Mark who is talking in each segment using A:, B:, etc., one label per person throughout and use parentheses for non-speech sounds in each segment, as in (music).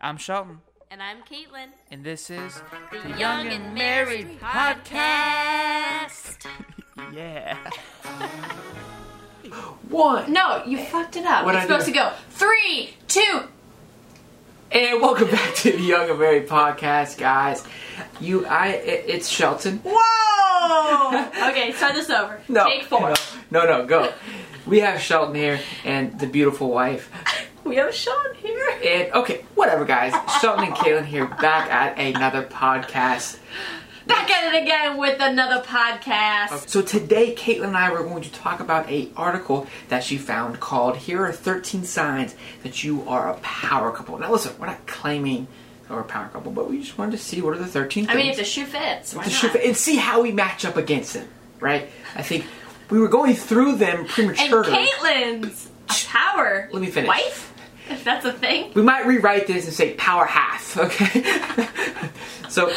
A: I'm Shelton,
B: And I'm Caitlin,
A: and this is
B: the, Young and Married Podcast.
A: Yeah.
C: (laughs) One.
B: No, you fucked it up.
C: What'd
B: You're
C: I do?
B: supposed to go three, two.
C: And welcome back to the Young and Married podcast, guys. You, I, it- it's Shelton.
B: Whoa! okay, start this over.
C: (laughs) No,
B: Take four.
C: No, no, go. We have Shelton here and the beautiful wife.
B: We have Sean here.
C: And okay, whatever, guys. Shelton and Caitlin here, back at another podcast.
B: Back at it again with another podcast.
C: So today, Caitlin and I were going to talk about a article that she found called "Here Are 13 Signs That You Are a Power Couple." Now, listen, we're not claiming we're a power couple, but we just wanted to see what are the 13
B: I
C: things.
B: mean, if the shoe fits, why
C: to shoot
B: not?
C: and see how we match up against them, right? I think we were going through them
B: And
C: prematurely.
B: Caitlin's a power
C: Let me finish.
B: wife, if that's a thing.
C: we might rewrite this and say power half, (laughs) okay? so,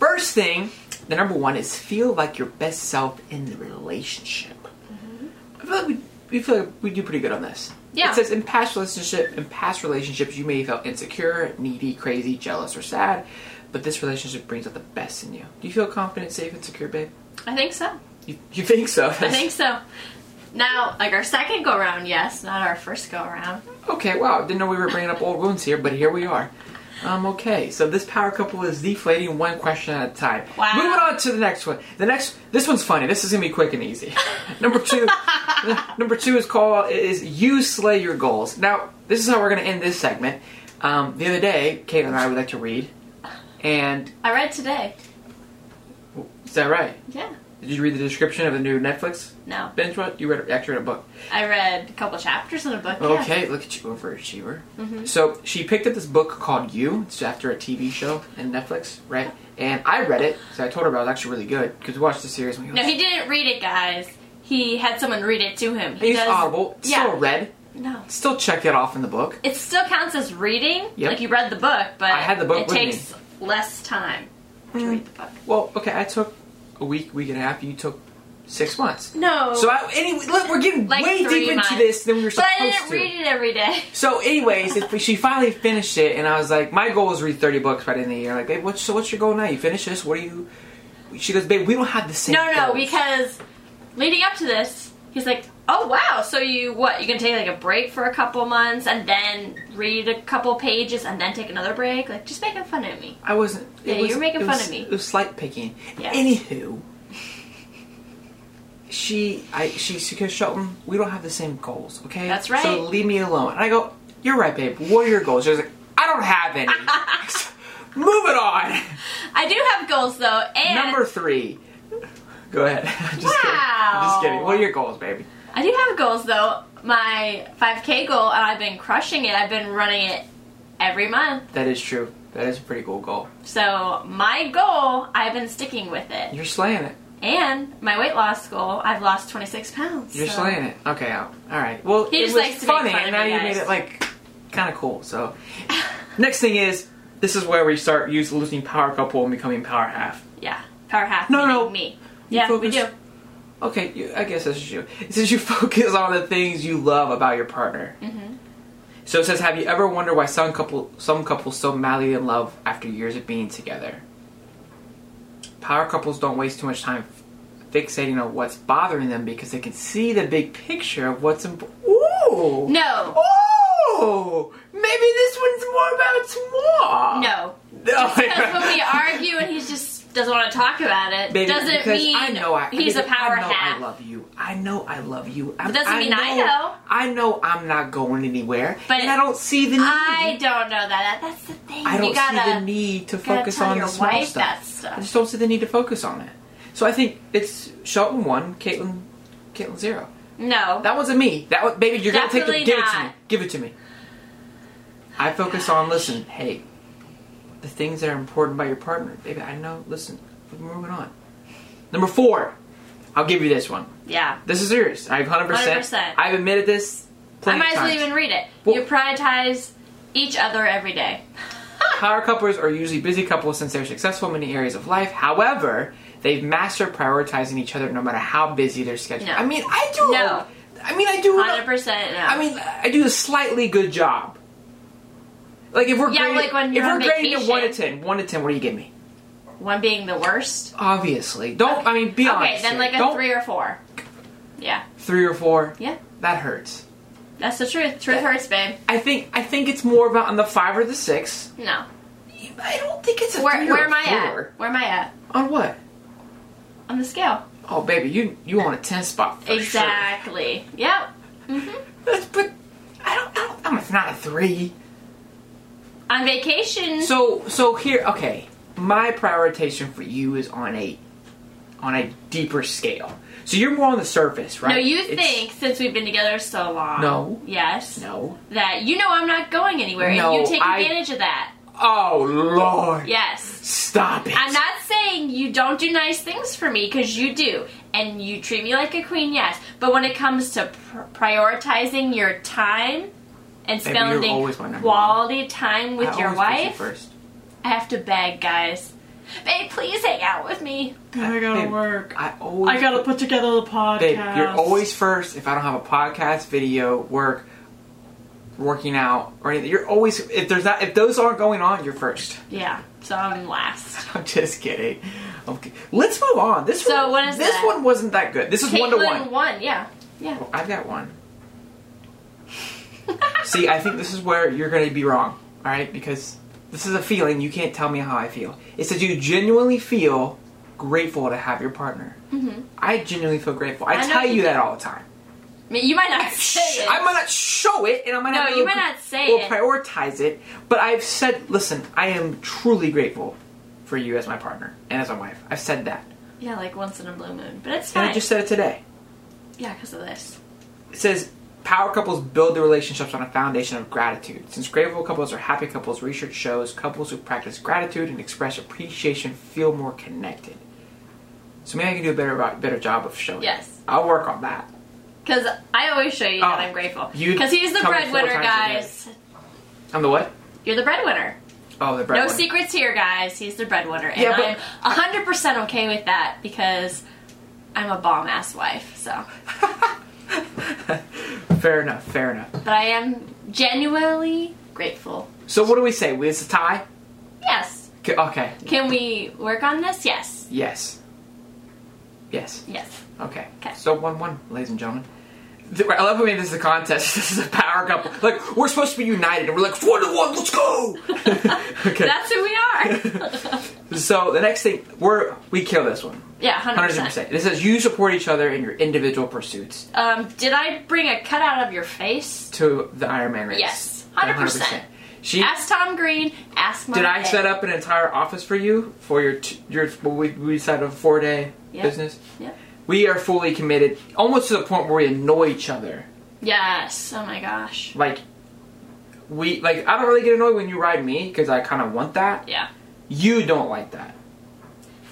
C: first thing, the number one is feel like your best self in the relationship. I feel like we, we feel like we do pretty good on this.
B: Mm-hmm. Yeah.
C: It says in past relationship, in past relationships, you may have felt insecure, needy, crazy, jealous, or sad, but this relationship brings out the best in you. Do you feel confident, safe, and secure, babe?
B: I think so.
C: You, you think so?
B: I think so. Now, like our second go round, yes, not our first go round.
C: Okay, wow. Didn't know we were bringing up old wounds here, but here we are. Um, okay, so this power couple is deflating one question at a time.
B: Wow.
C: Moving on to the next one. The next, this one's funny. This is gonna be quick and easy. number two, number two is called is you slay your goals. Now, this is how we're gonna end this segment. Um, the other day, Kate and I would like to read, and
B: I read today.
C: is that right?
B: Yeah.
C: Did you read the description of the new Netflix
B: No.
C: binge? What you read? Actually, read a book.
B: I read a couple chapters in a book. yeah. Mm-hmm.
C: Okay, look at you, overachiever. So she picked up this book called You. It's after a TV show in Netflix, right? And I read it, so I told her about it was actually really good because we watched the series. When we
B: No, he didn't read it, guys. He had someone read it to him. He
C: it's
B: does-
C: audible. It's
B: Yeah.
C: Still read.
B: No.
C: Still checked it off in the book.
B: It still counts as reading.
C: Yep.
B: Like you read the book, but
C: I had the book
B: it
C: with
B: takes less time to read the book.
C: Well, okay, I took a week, week and a half. You took six months.
B: No.
C: So I, anyway, look, we're getting
B: Oh. Like
C: way
B: three
C: deep
B: months.
C: into this than we were
B: but
C: supposed
B: I didn't
C: to.
B: read it every day.
C: So, anyways, if she finally finished it, and I was like, my goal was read thirty books by the end of the year. Like, babe, what's so what's your goal now? You finish this? What do you? She goes, babe, we don't have the same.
B: No, no,
C: goals."
B: because leading up to this, he's like, "Oh wow, so you what? You gonna take like a break for a couple months and then read a couple pages and then take another break? Like just making fun of me."
C: I wasn't. it
B: Yeah, you
C: was-
B: were making
C: it
B: fun
C: was-
B: of me.
C: It was slight picking.
B: Yeah.
C: Anywho, she, I, she, she goes, Shelton, we don't have the same goals, okay?
B: That's right.
C: So leave me alone. And I go, you're right, babe. What are your goals? She was like, I don't have any.
B: (laughs)
C: Moving on.
B: I do have goals though, and
C: Number three. Go ahead. (laughs) I'm just kidding. I'm
B: Wow.
C: just kidding. What are your goals, baby?
B: I do have goals though. My 5K goal, and I've been crushing it. I've been running it every month.
C: That is true. That is a pretty cool goal.
B: So my goal, I've been sticking with it.
C: You're slaying it.
B: And my weight loss goal, I've lost 26 pounds.
C: You're
B: so-
C: slaying it. Okay, all right. Well,
B: He
C: it
B: just
C: was
B: likes to make
C: funny,
B: fun
C: and
B: of
C: now
B: you
C: you
B: guys.
C: made it like kind of cool. So, next thing is this is where we start use losing power couple and becoming power half.
B: Yeah, power half.
C: No,
B: meaning
C: no.
B: me.
C: You
B: yeah, we
C: focus-
B: do.
C: Okay, you, I guess that's you. It says you (laughs) focus on the things you love about your partner. Mm-hmm. So it says, have you ever wondered why some couple some couples so madly in love after years of being together? Power couples don't waste too much time fixating on what's bothering them because they can see the big picture of what's important. Ooh.
B: No,
C: Oh, maybe this one's more about Oh tomorrow. (laughs)
B: no.
C: No.
B: Because when we argue and he just doesn't want to talk about it,
C: Baby,
B: doesn't
C: because
B: mean
C: I know I,
B: he's a
C: baby,
B: power
C: I know
B: half.
C: I love you. I know I love you. I,
B: But doesn't
C: I
B: mean I know.
C: I know I'm not going anywhere.
B: But
C: and I don't see the need.
B: I don't know that. That's the thing.
C: I don't
B: you gotta,
C: see the need to
B: gotta
C: focus
B: tell
C: on
B: your
C: the small
B: wife
C: stuff.
B: that stuff.
C: I just don't see the need to focus on it. So I think it's Shelton one, Caitlin, Caitlin zero.
B: No.
C: That wasn't me. That was, baby, you're gonna
B: Definitely
C: take the give it to
B: not.
C: me. Give it to me. I focus on listen, hey, the things that are important by your partner, baby. I know. Listen, we're moving on. Number four, I'll give you this one.
B: yeah.
C: This is serious. I've hundred percent.
B: 100%.
C: I've admitted this.
B: I
C: Plenty
B: might as
C: of
B: well
C: times.
B: even read it.
C: Well-
B: you prioritize each other every day.
C: Power couples are usually busy couples since they're successful in many areas of life. However, they've mastered prioritizing each other no matter how busy their schedule.
B: No.
C: I mean, I do.
B: No.
C: I mean, I do.
B: 100% no.
C: I mean, I do a slightly good job. Like if we're
B: Yeah,
C: grading,
B: like when you're
C: if
B: on
C: we're grading it
B: vacation.
C: one to ten, one to ten, what do you give me?
B: One being the worst.
C: Obviously, don't. I mean, be
B: Okay,
C: honest.
B: then
C: here.
B: like a
C: Don't-
B: three or four. Yeah,
C: three or four.
B: yeah,
C: That hurts.
B: that's the truth. Truth hurts, babe.
C: I think I think it's more about on the five or the six.
B: No.
C: I don't think it's a
B: Where
C: three or
B: where am I
C: four.
B: at? Where am I at
C: On what?
B: on the scale?
C: Oh, baby, you you on a ten spot for
B: exactly. Yep. hmm
C: sure. That's- But I don't. I don't I'm a- not a three.
B: On vacation.
C: So so here. Okay, my prioritization for you is on a on a deeper scale. So you're more on the surface, right?
B: No, you
C: It's-
B: think since we've been together so long.
C: No.
B: Yes.
C: no.
B: That you know I'm not going anywhere,
C: No,
B: and you take
C: I-
B: advantage of that.
C: Oh Lord!
B: Yes.
C: Stop it!
B: I'm not saying you don't do nice things for me because you do, and you treat me like a queen. Yes, but when it comes to pr- prioritizing your time and
C: Baby, you're
B: spending
C: always my number one.
B: quality time with
C: I
B: your
C: always put you
B: wife,
C: first.
B: I have to beg, guys. Babe, please hang out with me.
C: I gotta work. I always.
B: put together the podcast.
C: Babe, you're always first. If I don't have a podcast, video, work, working out, or anything, you're always. If there's not, if those aren't going on, you're first. (laughs)
B: yeah. So I'm last.
C: I'm just kidding. Okay, let's move on. This
B: So
C: one,
B: what is
C: this
B: that?
C: one wasn't that good. This is one to
B: Caitlin
C: one.
B: won. Yeah. Yeah. (laughs)
C: I've got one. See, I think this is where you're going to be wrong. All right, because this is a feeling you can't tell me how I feel. It's that you genuinely feel grateful to have your partner.
B: Mhm.
C: I genuinely feel grateful. I,
B: I know
C: tell
B: you
C: you that all the time.
B: I mean, you might not (laughs) say it.
C: I might not show it, and I might
B: No,
C: not. be
B: you
C: able
B: might
C: to-
B: not say
C: or
B: it.
C: prioritize it. But I've said, listen, I am truly grateful for you as my partner and as my wife. I've said that,
B: yeah, like once in a blue moon, but it's
C: and
B: fine.
C: I just said it today.
B: yeah, because of this.
C: It says power couples build their relationships on a foundation of gratitude. Since grateful couples are happy couples, research shows couples who practice gratitude and express appreciation feel more connected. So maybe I can do a better better job of showing. it.
B: Yes.
C: I'll work on that.
B: Because I always show you that
C: Oh,
B: I'm grateful.
C: you
B: Because he's the
C: tell me
B: breadwinner,
C: four times
B: guys.
C: I'm the what?
B: You're the breadwinner.
C: Oh, the bread.
B: no
C: one.
B: secrets here, guys. He's the breadwinner, and
C: Yeah, but-
B: I'm 100% okay with that because I'm a bomb ass wife. So,
C: (laughs) Fair enough. Fair enough.
B: but I am genuinely grateful.
C: So what do we say? It's a tie.
B: Yes.
C: K- Okay.
B: Can we work on this? Yes.
C: Yes. Yes.
B: Yes.
C: Okay.
B: 'Kay.
C: So one one, ladies and gentlemen. Th- I love how we made this a contest. (laughs) This is a power couple. Like we're supposed to be united, and we're like one to one. Let's go. (laughs) okay.
B: That's who we
C: (laughs)
B: are.
C: so the next thing we're we kill this one.
B: yeah,
C: 100
B: 100%.
C: percent. This says you support each other in your individual pursuits
B: Um, did I bring a cutout of your face?
C: to the Iron Man race.
B: Yes. 100%.
C: She
B: Ask Tom Green. Ask my.
C: did. I set up an entire office for you for your t- your what we, we decided a four day
B: Yeah.
C: business.
B: Yeah.
C: We are fully committed, almost to the point where we annoy each other.
B: Yes. Oh my gosh.
C: like we like I don't really get annoyed when you ride me because I kind of want that.
B: Yeah.
C: You don't like that.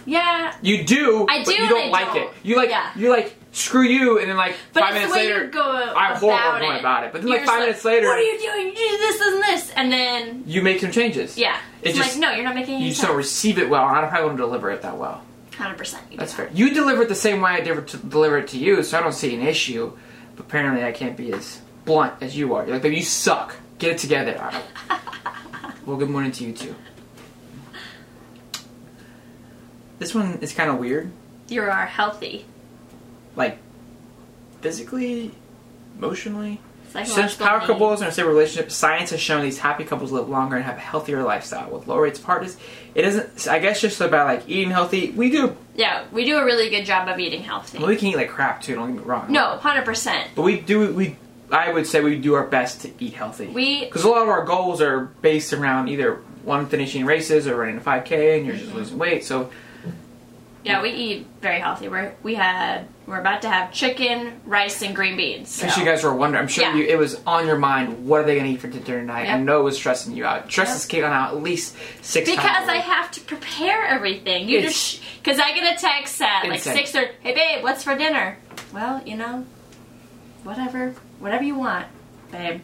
B: Yeah.
C: You do.
B: I
C: but
B: do
C: You
B: and
C: don't
B: I
C: like
B: don't.
C: it. You like
B: Yeah.
C: you like screw you, and then like
B: But
C: five
B: it's
C: minutes
B: the way
C: later,
B: you go
C: I'm
B: about
C: horrible
B: it.
C: going about it. But then
B: You're
C: like
B: just
C: five minutes later,
B: what are you doing? You do this and this, and then
C: you make some changes.
B: yeah,
C: It
B: it's
C: just-
B: like no, you're not making
C: You
B: any
C: just don't
B: sense.
C: receive it well, and I probably don't deliver it that well.
B: Hundred percent.
C: That's fair. You deliver it the same way I deliver, to, deliver it to you, so I don't see an issue. But apparently, I can't be as blunt as you are. You're like, baby, you suck. Get it together. Adam." well, good morning to you too. This one is kind of weird.
B: You are healthy.
C: Like physically, emotionally. Since
B: Psychological
C: power
B: need.
C: couples and stable relationships, science has shown these happy couples live longer and have a healthier lifestyle with lower rates of heart disease. It isn't. I guess just about like eating healthy. We do.
B: Yeah, we do a really good job of eating healthy.
C: Well, we can eat like crap too. Don't get me wrong.
B: No, hundred percent.
C: But we do we I would say we do our best to eat healthy.
B: We
C: because a lot of our goals are based around either one finishing races or running a 5K, and you're just losing weight. So
B: yeah, we eat very healthy. We're we had we're about to have chicken, rice, and green beans.
C: in
B: So.
C: case you guys were wondering, I'm sure
B: Yeah.
C: you, it was on your mind. What are they going to eat for dinner tonight? I
B: Yep.
C: know it was stressing you out. It Stresses Caitlin out at least six times.
B: because I have to prepare everything. You
C: It's-
B: just because I get a text at like
C: Insane.
B: six or hey babe, what's for dinner? Well, you know, whatever, whatever you want, babe.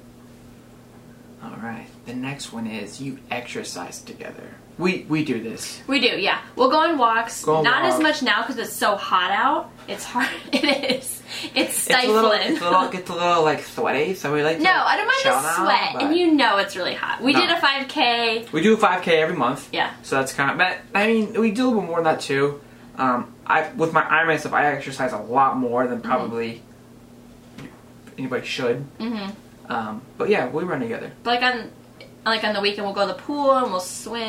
C: All right. The next one is you exercise together. We we do this.
B: We do, yeah. We'll go on walks.
C: Go on
B: Not as
C: walks.
B: much now because it's so hot out. It's hard. (laughs) It is. It's
C: It's a
B: stifling.
C: little, it's a little,
B: (laughs)
C: gets a little like sweaty, so we like. To
B: no, I don't mind
C: chill
B: the
C: now,
B: sweat,
C: but-
B: and you know it's really hot. We
C: No.
B: did a 5K.
C: We do 5K every month.
B: Yeah.
C: So that's kind of. But I mean, we do a little bit more than that too. Um, I with my Ironman stuff, I exercise a lot more than probably anybody should.
B: Mm-hmm.
C: Um, but yeah, we run together.
B: But like on, like on the weekend, we'll go to the pool and we'll swim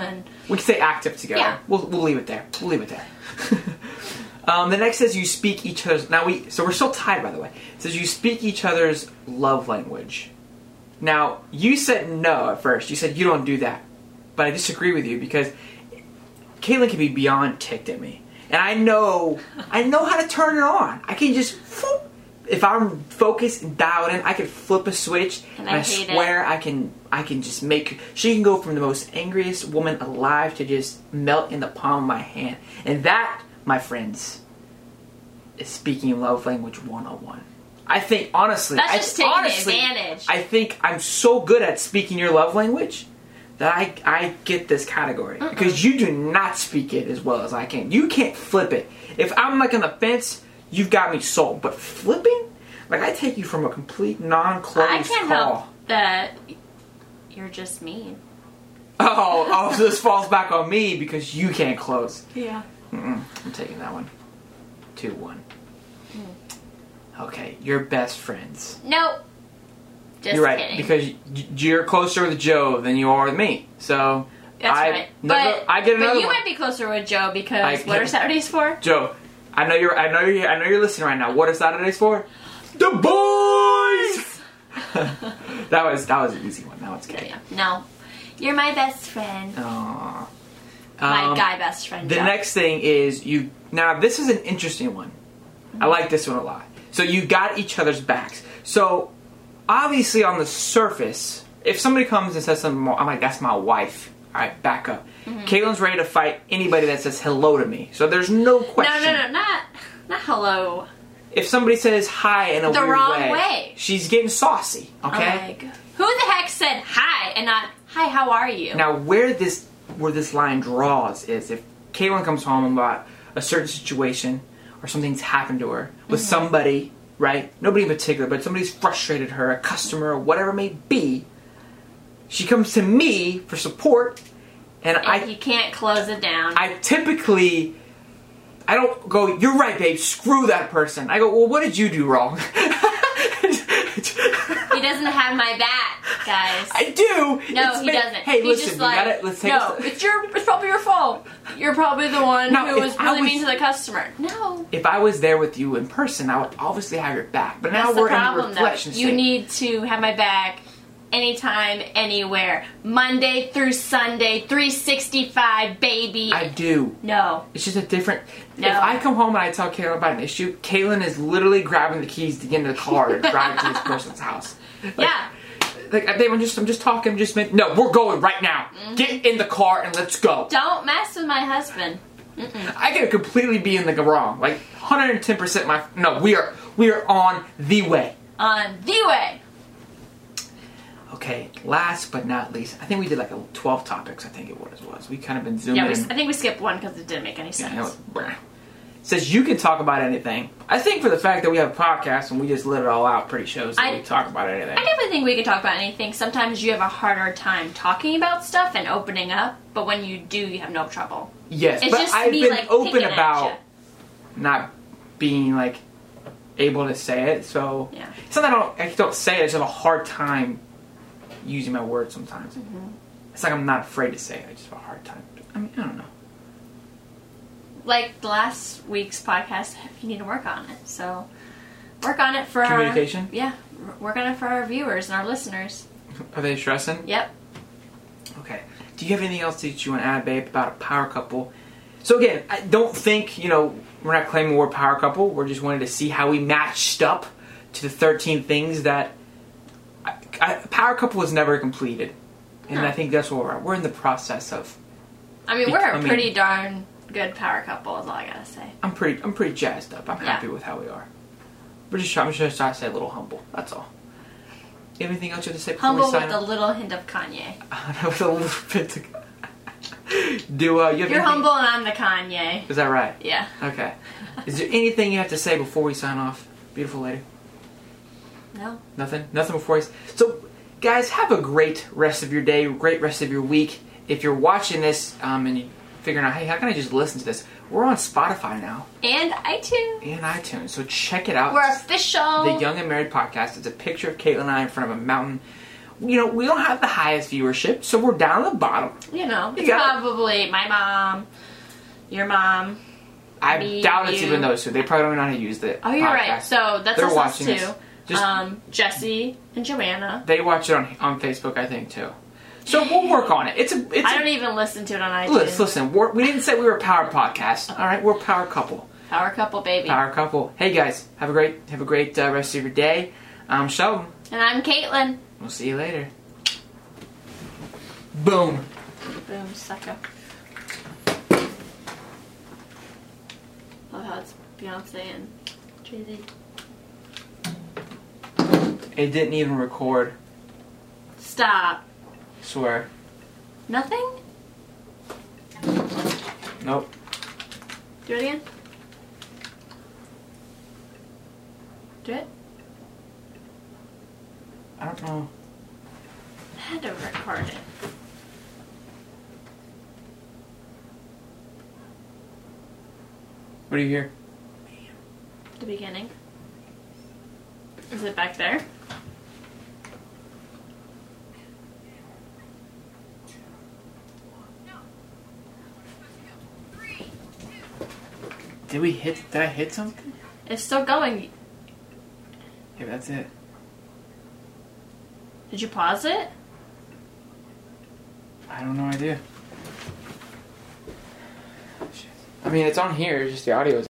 B: and
C: We can stay active together.
B: Yeah.
C: We'll we'll leave it there. We'll leave it there. (laughs) um, the next says you speak each other's. Now we so we're still tied by the way. It says you speak each other's love language. Now you said no at first. You said you don't do that, but I disagree with you because Caitlin can be beyond ticked at me, and I know I know how to turn it on. I can just. whoop. If I'm focused and dialed in, I can flip a switch,
B: And
C: and,
B: I
C: I,
B: hate it.
C: swear I can. I can just make. She can go from the most angriest woman alive to just melt in the palm of my hand, and that, my friends, is speaking love language 101. I think honestly,
B: That's
C: I,
B: just taking
C: honestly,
B: advantage.
C: I think I'm so good at speaking your love language that I I get this category because you do not speak it as well as I can. You can't flip it. If I'm like on the fence, you've got me sold. But flipping, like I take you from a complete non-closed
B: I can't
C: call.
B: help that you're just mean.
C: (laughs) Oh, oh, so this falls back on me because you can't close.
B: Yeah.
C: Mm-mm, I'm taking that one. Two one.
B: Hmm.
C: Okay, your best friends.
B: No. Just
C: You're right
B: kidding.
C: because y- you're closer with Joe than you are with me. So
B: That's
C: I,
B: right.
C: another-
B: but
C: I get
B: But
C: another
B: you
C: one.
B: might be closer with Joe because
C: I-
B: what are Saturdays for?
C: Joe, I know you're. I know you. I know you're listening right now. What are Saturdays for? The boys. (laughs) that was that was an easy one. That one's
B: No,
C: good.
B: yeah. No. You're my best friend.
C: Aw.
B: my
C: Um,
B: guy best friend.
C: The
B: Joe.
C: next thing is you. Now this is an interesting one. I like this one a lot. So you got each other's backs. So obviously on the surface, if somebody comes and says something more, I'm like, that's my wife. All right, back up.
B: Mm-hmm.
C: Caitlin's ready to fight anybody that says hello to me. So there's no
B: No,
C: question.
B: no, no, not not hello.
C: If somebody says hi in a
B: The
C: weird
B: wrong
C: way,
B: way.
C: she's getting saucy. Okay.
B: Oh my God. Who the heck said hi and not hi? How are you?
C: Now, where this where this line draws is if Caitlin comes home about a certain situation or something's happened to her with
B: Mm-hmm.
C: somebody, right? Nobody in particular, but somebody's frustrated her, a customer or whatever it may be. She comes to me for support, and,
B: and
C: I
B: you can't close it down.
C: I typically I don't go. You're right, babe. Screw that person. I go. Well, what did you do wrong? (laughs)
B: he doesn't have my back, guys.
C: (laughs) I do.
B: no,
C: It's
B: he
C: ma-
B: doesn't.
C: Hey,
B: He's
C: listen.
B: just
C: we
B: like,
C: gotta, let's take a
B: no,
C: step-
B: it's your. It's probably your fault. You're probably the one
C: No,
B: who was
C: if I
B: really
C: was-
B: mean to the customer. No,
C: if I was there with you in person, I would obviously have your back. But now
B: that's the
C: we're in
B: problem.
C: the
B: Though
C: reflection
B: you
C: state.
B: need to have my back anytime, anywhere, Monday through Sunday, 365, baby.
C: I do.
B: no,
C: It's just a different.
B: No.
C: If I come home and I tell Caitlin about an issue, Caitlin is literally grabbing the keys to get into the car and drive
B: (laughs)
C: to this person's house. Like,
B: yeah.
C: Like, babe, I'm just, I'm just talking. I'm just meant. No, we're going right now.
B: Mm-hmm.
C: Get in the car and let's go.
B: Don't mess with my husband.
C: I could completely be in the wrong. Like, 110. percent My no, we are, we are on the way.
B: On the way.
C: Okay, last but not least, I think we did like a 12 topics. I think it was. was. We kind of been zooming.
B: Yeah, we,
C: in.
B: I think we skipped one because it didn't make any
C: Yeah,
B: sense.
C: it was- bleh. Says you can talk about anything. I think for the fact that we have a podcast and we just let it all out pretty shows that
B: I-
C: we talk about anything.
B: I definitely think we can talk about anything. Sometimes you have a harder time talking about stuff and opening up, but when you do, you have no trouble.
C: yes,
B: It's
C: but
B: just
C: I've
B: me
C: been
B: like
C: open
B: picking at
C: about
B: ya.
C: not being like able to say it. So
B: Yeah.
C: it's not that I don't, I don't say it. I just have a hard time using my words sometimes.
B: Mm-hmm.
C: It's like I'm not afraid to say it. I just have a hard time. I mean, I don't know.
B: Like last week's podcast, you need to work on it. So work on it for
C: Communication?
B: Our, yeah, r- work on it for our viewers and our listeners.
C: Are they stressing?
B: Yep.
C: Okay. Do you have anything else that you want to add, babe, about a power couple? So again, I don't think you know we're not claiming we're a power couple. We're just wanting to see how we matched up to the thirteen things that I, I, a power couple was never completed, and
B: Huh.
C: I think that's where we're at. We're in the process of.
B: I mean, we're a
C: Becoming-
B: pretty darn good power couple. Is all I gotta say.
C: I'm pretty. I'm pretty jazzed up. I'm
B: Yeah.
C: happy with how we are. We're just. try- I'm just trying to stay a little humble. That's all. You have anything else you have to say before
B: Humble
C: we sign (laughs)
B: with a little hint of Kanye.
C: off? with a little bit to (laughs) Do uh, you have
B: You're
C: anything-
B: humble and I'm the Kanye.
C: Is that right?
B: Yeah.
C: Okay. Is there anything you have to say before we sign off, beautiful lady?
B: No.
C: Nothing? Nothing before us. So, guys, have a great rest of your day, great rest of your week. If you're watching this um, and you're figuring out, hey, how can I just listen to this? We're on Spotify now
B: And iTunes.
C: and iTunes, so check it out.
B: We're official.
C: the Young and Married podcast. It's a picture of Caitlin and I in front of a mountain. You know, we don't have the highest viewership, so we're down at the bottom.
B: you know,
C: You
B: it's
C: got it.
B: probably my mom, your mom.
C: I
B: Me,
C: doubt it's
B: you.
C: even those two. They probably don't know how to use the
B: Oh, you're
C: podcast.
B: right. So that's
C: They're
B: us, us
C: watching
B: too.
C: us. Just-
B: um, Jesse and Joanna.
C: They watch it on on Facebook, I think, too. So we'll work on it. It's a it's
B: I
C: a,
B: don't even listen to it on iTunes.
C: Listen, listen. We're, we didn't say we were a power podcast. All right, we're a power couple.
B: Power couple, baby.
C: Power couple. Hey guys, have a great have a great uh, rest of your day. I'm Sheldon.
B: And I'm Caitlin.
C: We'll see you later. Boom.
B: Boom, sucker. Love how it's Beyonce and Jay Z.
C: It didn't even record.
B: Stop.
C: Swear.
B: Nothing?
C: Nope.
B: Do it again. Do it.
C: I don't know.
B: I had to record it.
C: What do you hear?
B: The beginning. Is it back there?
C: Did we hit? Did I hit something?
B: It's still going.
C: Yeah, that's it.
B: Did you pause it?
C: I don't know. I do. I mean, it's on here. It's just the audio is.